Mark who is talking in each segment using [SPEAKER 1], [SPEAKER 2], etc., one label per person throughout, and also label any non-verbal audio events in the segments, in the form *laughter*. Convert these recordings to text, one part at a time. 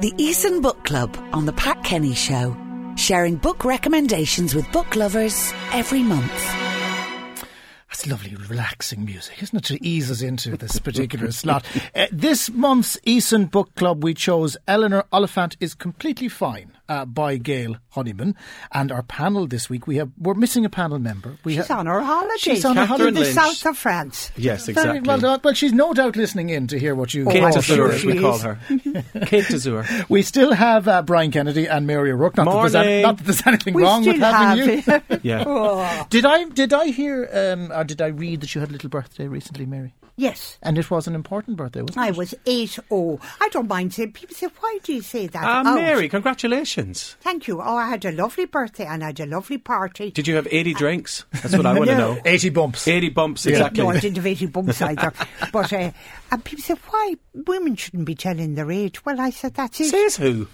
[SPEAKER 1] The Eason Book Club on The Pat Kenny Show, sharing book recommendations with book lovers every month.
[SPEAKER 2] That's lovely, relaxing music, isn't it, to ease us into this particular slot? Uh, this month's Eason Book Club, we chose Eleanor Oliphant is Completely Fine uh, by Gail Honeyman. And our panel this week, we have, we're missing a panel member. We
[SPEAKER 3] She's
[SPEAKER 2] have,
[SPEAKER 3] on her holiday.
[SPEAKER 2] She's on her
[SPEAKER 3] In
[SPEAKER 2] holiday.
[SPEAKER 3] the
[SPEAKER 4] Lynch.
[SPEAKER 3] south of France.
[SPEAKER 4] Yes,
[SPEAKER 2] Very
[SPEAKER 4] exactly.
[SPEAKER 2] Well, done. well, she's no doubt listening in to hear what you
[SPEAKER 4] Kate
[SPEAKER 3] Oh,
[SPEAKER 2] all
[SPEAKER 3] I'm sure
[SPEAKER 4] D'Azur,
[SPEAKER 2] share.
[SPEAKER 4] as
[SPEAKER 3] she
[SPEAKER 4] we call
[SPEAKER 3] is.
[SPEAKER 4] her. *laughs* Kate D'Azur.
[SPEAKER 2] We still have uh, Brian Kennedy and Mary O'Rourke. Not that, there's any,
[SPEAKER 4] Morning.
[SPEAKER 2] not that there's anything
[SPEAKER 3] We
[SPEAKER 2] wrong
[SPEAKER 3] still
[SPEAKER 2] with having you.
[SPEAKER 3] have it. *laughs*
[SPEAKER 4] Yeah.
[SPEAKER 3] Oh,
[SPEAKER 2] *laughs* Did I did I hear um, or did I read that you had a little birthday recently, Mary?
[SPEAKER 3] yes.
[SPEAKER 2] And it was an important birthday, wasn't
[SPEAKER 3] I was eight oh. I don't mind saying. People say, "Why do you say that?"
[SPEAKER 4] Ah,
[SPEAKER 3] out?"
[SPEAKER 4] Mary, congratulations.
[SPEAKER 3] thank you. Oh, I had a lovely birthday and I had a lovely party.
[SPEAKER 4] Did you have 80 drinks? That's what I want to know.
[SPEAKER 2] it? Eighty bumps.
[SPEAKER 4] 80 bumps,
[SPEAKER 3] Exactly.
[SPEAKER 4] exactly.
[SPEAKER 3] No, I didn't have 80
[SPEAKER 2] *laughs*
[SPEAKER 3] bumps either. But uh, and people say, why women shouldn't be telling their age? Well, I said, that's it.
[SPEAKER 4] Says who?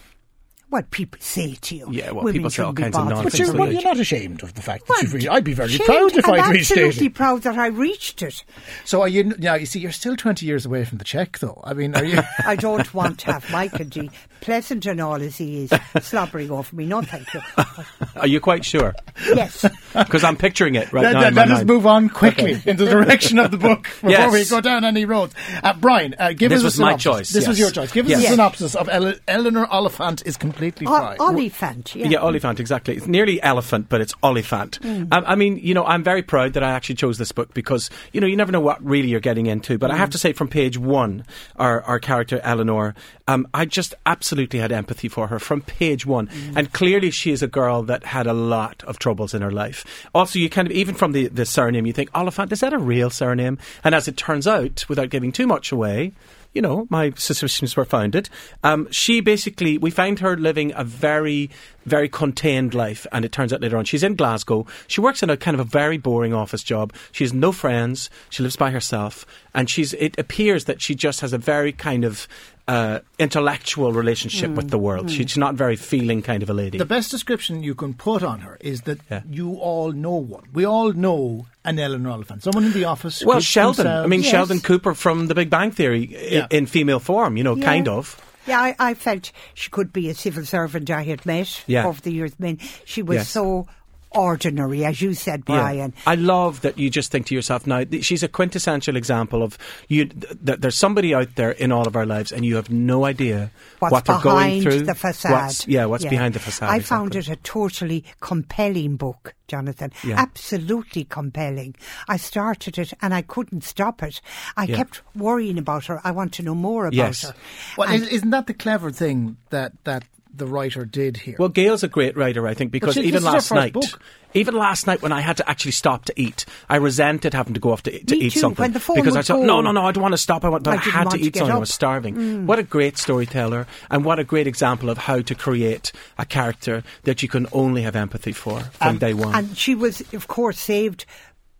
[SPEAKER 3] What people say to you.
[SPEAKER 4] Yeah, well,
[SPEAKER 3] women
[SPEAKER 4] people say all
[SPEAKER 3] shouldn't be
[SPEAKER 4] kinds of
[SPEAKER 3] bothered.
[SPEAKER 4] nonsense
[SPEAKER 2] But you're,
[SPEAKER 4] Thanks
[SPEAKER 2] well,
[SPEAKER 4] for
[SPEAKER 2] you're
[SPEAKER 4] the
[SPEAKER 2] not ashamed of the fact that
[SPEAKER 3] Well,
[SPEAKER 2] you've reached. I'd be very
[SPEAKER 3] ashamed,
[SPEAKER 2] proud if
[SPEAKER 3] I'm
[SPEAKER 2] I'd reached
[SPEAKER 3] absolutely
[SPEAKER 2] it.
[SPEAKER 3] proud that I reached it.
[SPEAKER 2] So are you n- now? You see, you're still twenty years away from the check, though. I mean,
[SPEAKER 3] *laughs*
[SPEAKER 2] are you?
[SPEAKER 3] I don't want to have Michael G. Pleasant and all as he is, slobbering over me. No, thank you.
[SPEAKER 4] Are you quite sure? *laughs*
[SPEAKER 3] Yes.
[SPEAKER 4] Because I'm picturing it right
[SPEAKER 2] let
[SPEAKER 4] now.
[SPEAKER 2] let-
[SPEAKER 4] in my
[SPEAKER 2] let us
[SPEAKER 4] mind.
[SPEAKER 2] move on quickly in the direction of the
[SPEAKER 4] *laughs*
[SPEAKER 2] book before
[SPEAKER 4] Yes.
[SPEAKER 2] we go down any roads. Uh, Brian, uh, give
[SPEAKER 4] This
[SPEAKER 2] us
[SPEAKER 4] was
[SPEAKER 2] a
[SPEAKER 4] my
[SPEAKER 2] synopsis.
[SPEAKER 4] choice,
[SPEAKER 2] This was
[SPEAKER 4] yes.
[SPEAKER 2] your choice. Give us a
[SPEAKER 3] Yes.
[SPEAKER 2] synopsis of Ele- Eleanor Oliphant is completely
[SPEAKER 3] O-
[SPEAKER 2] fine.
[SPEAKER 3] Oliphant, yeah.
[SPEAKER 4] Yeah, Oliphant, exactly. It's nearly elephant, but it's Oliphant. Um, I, I mean, you know, I'm very proud that I actually chose this book because, you know, you never know what really you're getting into. But I have to say, from page one, our, our character, Eleanor, um, I just absolutely had empathy for her from page one. And clearly, she is a girl that had a lot of troubles in her life. Also, you kind of, even from the, the surname, you think, Oliphant, is that a real surname? And as it turns out, without giving too much away, you know, my suspicions were founded. Um, she basically, we find her living a very, very contained life, and it turns out later on she's in Glasgow. She works in a kind of a very boring office job. She has no friends. She lives by herself, and she's. It appears that she just has a very kind of uh, intellectual relationship with the world. She's not very feeling kind of a lady.
[SPEAKER 2] Mm-hmm. The best description you can put on her is that
[SPEAKER 4] Yeah.
[SPEAKER 2] you all know one. We all know an Eleanor Oliphant, someone in the office. who
[SPEAKER 4] well,
[SPEAKER 2] keeps
[SPEAKER 4] Sheldon. I
[SPEAKER 2] themselves-
[SPEAKER 4] mean,
[SPEAKER 3] Yes.
[SPEAKER 4] Sheldon Cooper from The Big Bang Theory i-
[SPEAKER 2] Yeah.
[SPEAKER 4] in female form. You know,
[SPEAKER 3] Yeah.
[SPEAKER 4] kind of.
[SPEAKER 3] Yeah, I, I felt she could be a civil servant I had met
[SPEAKER 4] Yeah.
[SPEAKER 3] over the years. I mean, she was
[SPEAKER 4] Yes.
[SPEAKER 3] so ordinary, as you said,
[SPEAKER 4] Yeah.
[SPEAKER 3] Brian.
[SPEAKER 4] I love that you just think to yourself now. th- She's a quintessential example of you. th- That there's somebody out there in all of our lives, and you have no idea
[SPEAKER 3] What's
[SPEAKER 4] what they're going
[SPEAKER 3] behind
[SPEAKER 4] through.
[SPEAKER 3] the facade?
[SPEAKER 4] What's, yeah, what's behind the facade?
[SPEAKER 3] I found
[SPEAKER 4] exactly.
[SPEAKER 3] it a totally compelling book, Jonathan.
[SPEAKER 4] Yeah.
[SPEAKER 3] Absolutely compelling. I started it and I couldn't stop it. I
[SPEAKER 4] Yeah.
[SPEAKER 3] kept worrying about her. I want to know more about
[SPEAKER 4] Yes.
[SPEAKER 3] her.
[SPEAKER 2] Well,
[SPEAKER 3] And-
[SPEAKER 2] is- isn't that the clever thing that that the writer did here?
[SPEAKER 4] Well, Gail's a great writer, I think, because
[SPEAKER 2] she- this
[SPEAKER 4] even
[SPEAKER 2] is her
[SPEAKER 4] last
[SPEAKER 2] first
[SPEAKER 4] night,
[SPEAKER 2] book.
[SPEAKER 4] even last night when I had to actually stop to eat, I resented having to go off to, to
[SPEAKER 3] Me
[SPEAKER 4] eat
[SPEAKER 3] too,
[SPEAKER 4] something
[SPEAKER 3] when the phone
[SPEAKER 4] because
[SPEAKER 3] would
[SPEAKER 4] I thought, no,
[SPEAKER 3] go.
[SPEAKER 4] no, no, I don't want to stop. I want, but
[SPEAKER 3] I
[SPEAKER 4] I,
[SPEAKER 3] didn't
[SPEAKER 4] had
[SPEAKER 3] want
[SPEAKER 4] to
[SPEAKER 3] to
[SPEAKER 4] eat
[SPEAKER 3] get
[SPEAKER 4] something. I
[SPEAKER 3] up. Mm.
[SPEAKER 4] was starving. What a great storyteller, and what a great example of how to create a character that you can only have empathy for from day one.
[SPEAKER 3] And she was, of course, saved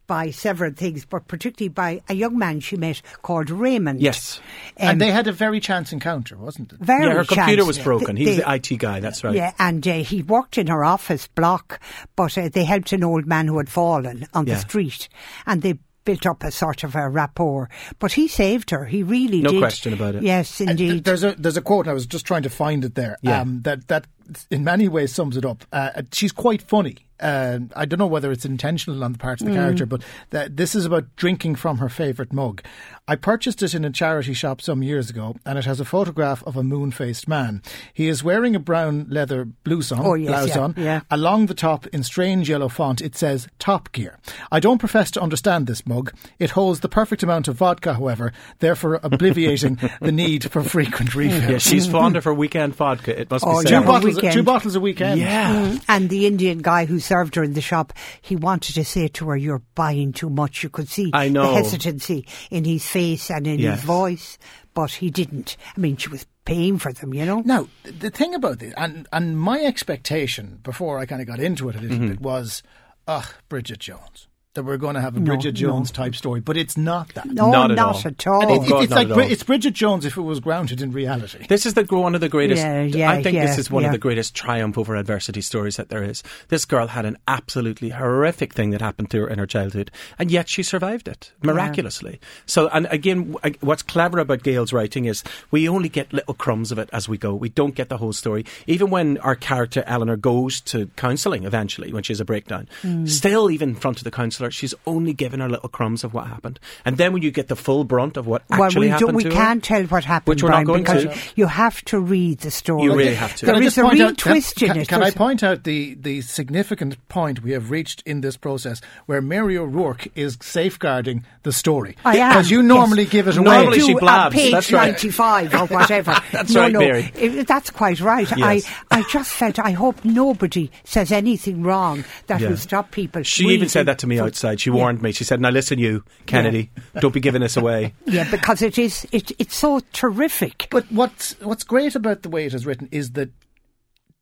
[SPEAKER 3] by several things, but particularly by a young man she met called Raymond.
[SPEAKER 4] Yes.
[SPEAKER 3] Um,
[SPEAKER 2] and they had a very chance encounter, wasn't it?
[SPEAKER 3] very
[SPEAKER 4] yeah, her computer
[SPEAKER 3] chance.
[SPEAKER 4] was broken. He's
[SPEAKER 3] They-
[SPEAKER 4] the IT guy. That's right.
[SPEAKER 3] Yeah, and uh, he worked in her office block, but uh, they helped an old man who had fallen on
[SPEAKER 4] Yeah.
[SPEAKER 3] the street, and they built up a sort of a rapport. But he saved her. He really
[SPEAKER 4] No
[SPEAKER 3] did.
[SPEAKER 4] question about it.
[SPEAKER 3] Yes,
[SPEAKER 2] Th-
[SPEAKER 3] indeed.
[SPEAKER 2] There's a there's a quote and I was just trying to find it there.
[SPEAKER 4] Yeah.
[SPEAKER 2] Um, that that in many ways sums it up. Uh, she's quite funny. Uh, I don't know whether it's intentional on the part of
[SPEAKER 3] Mm.
[SPEAKER 2] the character, but that this is about drinking from her favorite mug. I purchased it in a charity shop some years ago, and it has a photograph of a moon-faced man. He is wearing a brown leather blouson,
[SPEAKER 3] Oh, yes,
[SPEAKER 2] blouse
[SPEAKER 3] yeah,
[SPEAKER 2] on,
[SPEAKER 3] yeah.
[SPEAKER 2] Along the top, in strange yellow font, it says Top Gear. I don't profess to understand this mug. It holds the perfect amount of vodka, however, therefore obviating
[SPEAKER 4] *laughs*
[SPEAKER 2] the need for frequent
[SPEAKER 4] Yeah,
[SPEAKER 2] refills.
[SPEAKER 3] *laughs*
[SPEAKER 4] she's fond of her weekend vodka. It must
[SPEAKER 3] Oh, Mm-hmm.
[SPEAKER 4] be
[SPEAKER 2] two,
[SPEAKER 3] yeah.
[SPEAKER 4] said.
[SPEAKER 3] Well,
[SPEAKER 2] bottles,
[SPEAKER 3] weekend.
[SPEAKER 2] two bottles a weekend.
[SPEAKER 4] Yeah.
[SPEAKER 3] And the Indian guy who served her in the shop, he wanted to say to her, "You're buying too much." You could see
[SPEAKER 4] I know.
[SPEAKER 3] the hesitancy in his face and in
[SPEAKER 4] Yes.
[SPEAKER 3] his voice, but he didn't. I mean, she was paying for them, you know.
[SPEAKER 2] Now, th- the thing about this, and, and
[SPEAKER 4] Mm-hmm.
[SPEAKER 2] my expectation before I kind of got into it a little bit was, ugh, Bridget Jones. that we're going to have a
[SPEAKER 3] No,
[SPEAKER 2] Bridget
[SPEAKER 3] no.
[SPEAKER 2] Jones type story, but it's not that.
[SPEAKER 3] No,
[SPEAKER 4] Not
[SPEAKER 3] not,
[SPEAKER 4] at all.
[SPEAKER 3] at all.
[SPEAKER 2] And
[SPEAKER 4] Oh,
[SPEAKER 2] it- it-
[SPEAKER 4] God,
[SPEAKER 2] it's
[SPEAKER 4] not
[SPEAKER 2] like
[SPEAKER 4] at all.
[SPEAKER 2] it's Bridget Jones if it was grounded in reality.
[SPEAKER 4] This is the gr- one of the greatest.
[SPEAKER 3] Yeah, yeah,
[SPEAKER 4] I think this
[SPEAKER 3] yeah,
[SPEAKER 4] is one of
[SPEAKER 3] yeah.
[SPEAKER 4] the greatest triumph over adversity stories that there is. This girl had an absolutely horrific thing that happened to her in her childhood, and yet she survived it miraculously. So, and again, w- what's clever about Gail's writing is we only get little crumbs of it as we go. We don't get the whole story. Even when our character Eleanor goes to counselling eventually, when she has a breakdown,
[SPEAKER 3] Hmm.
[SPEAKER 4] still even in front of the counsellor, she's only given her little crumbs of what happened. And then when you get the full brunt of what
[SPEAKER 3] well,
[SPEAKER 4] actually
[SPEAKER 3] we,
[SPEAKER 4] happened
[SPEAKER 3] we
[SPEAKER 4] to her,
[SPEAKER 3] can't tell what happened,
[SPEAKER 4] Which we're not
[SPEAKER 3] Brian,
[SPEAKER 4] going
[SPEAKER 3] because
[SPEAKER 4] to.
[SPEAKER 3] you have to read the story.
[SPEAKER 4] You really have to.
[SPEAKER 2] Can I
[SPEAKER 3] There
[SPEAKER 2] just
[SPEAKER 3] is a
[SPEAKER 2] point
[SPEAKER 3] real
[SPEAKER 2] out-
[SPEAKER 3] twist
[SPEAKER 2] can,
[SPEAKER 3] in it.
[SPEAKER 2] Can I
[SPEAKER 3] There's-
[SPEAKER 2] point out the, the significant point we have reached in this process where Mary O'Rourke is safeguarding the story?
[SPEAKER 3] I am.
[SPEAKER 2] Because you
[SPEAKER 3] yes.
[SPEAKER 2] normally give it away.
[SPEAKER 4] Normally
[SPEAKER 3] I
[SPEAKER 4] she
[SPEAKER 3] do
[SPEAKER 4] blabs,
[SPEAKER 3] At page
[SPEAKER 4] that's right.
[SPEAKER 3] 95
[SPEAKER 4] *laughs*
[SPEAKER 3] or whatever.
[SPEAKER 4] That's
[SPEAKER 3] no,
[SPEAKER 4] right,
[SPEAKER 3] no,
[SPEAKER 4] Mary.
[SPEAKER 3] it- that's quite right.
[SPEAKER 4] Yes.
[SPEAKER 3] I, I just felt, I hope nobody says anything wrong that
[SPEAKER 4] Yeah.
[SPEAKER 3] will stop people.
[SPEAKER 4] She even said that to me outside. She warned me. She said, "Now listen, you Kennedy, don't be giving this away."
[SPEAKER 3] Yeah, because it is, it, it's so terrific.
[SPEAKER 2] But what's what's great about the way it is written is that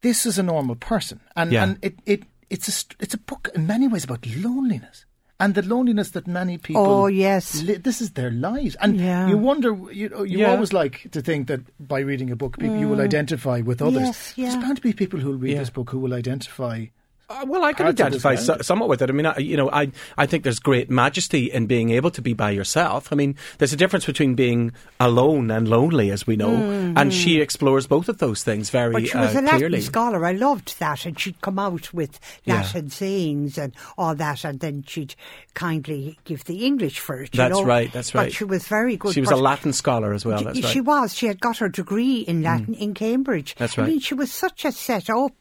[SPEAKER 2] this is a normal person, and
[SPEAKER 4] Yeah.
[SPEAKER 2] and it, it it's a st- it's a book in many ways about loneliness and the loneliness that many people.
[SPEAKER 3] Oh, yes.
[SPEAKER 2] li- this is their lives, and
[SPEAKER 3] Yeah.
[SPEAKER 2] you wonder. You know, you
[SPEAKER 4] Yeah.
[SPEAKER 2] always like to think that by reading a book, people you will identify with others.
[SPEAKER 3] Mm. Yes, yeah.
[SPEAKER 2] There's bound to be people who'll read
[SPEAKER 4] Yeah.
[SPEAKER 2] this book who will identify.
[SPEAKER 4] *laughs* Uh, well, I can
[SPEAKER 2] Parts of
[SPEAKER 4] identify
[SPEAKER 2] this
[SPEAKER 4] so-
[SPEAKER 2] language.
[SPEAKER 4] somewhat with it. I mean, I, you know, I I think there's great majesty in being able to be by yourself. I mean, there's a difference between being alone and lonely, as we know, and she explores both of those things very
[SPEAKER 3] But she was a
[SPEAKER 4] uh,
[SPEAKER 3] Latin
[SPEAKER 4] clearly.
[SPEAKER 3] scholar. I loved that, and she'd come out with
[SPEAKER 4] Yeah.
[SPEAKER 3] Latin sayings and all that, and then she'd kindly give the English for it. you
[SPEAKER 4] That's
[SPEAKER 3] know.
[SPEAKER 4] right. That's right.
[SPEAKER 3] But she was very good.
[SPEAKER 4] She was a
[SPEAKER 3] pers-
[SPEAKER 4] Latin scholar as well. That's
[SPEAKER 3] she
[SPEAKER 4] right. Mm.
[SPEAKER 3] was. She had got her degree in Latin in Cambridge.
[SPEAKER 4] That's
[SPEAKER 3] I
[SPEAKER 4] right.
[SPEAKER 3] mean, she was such a set up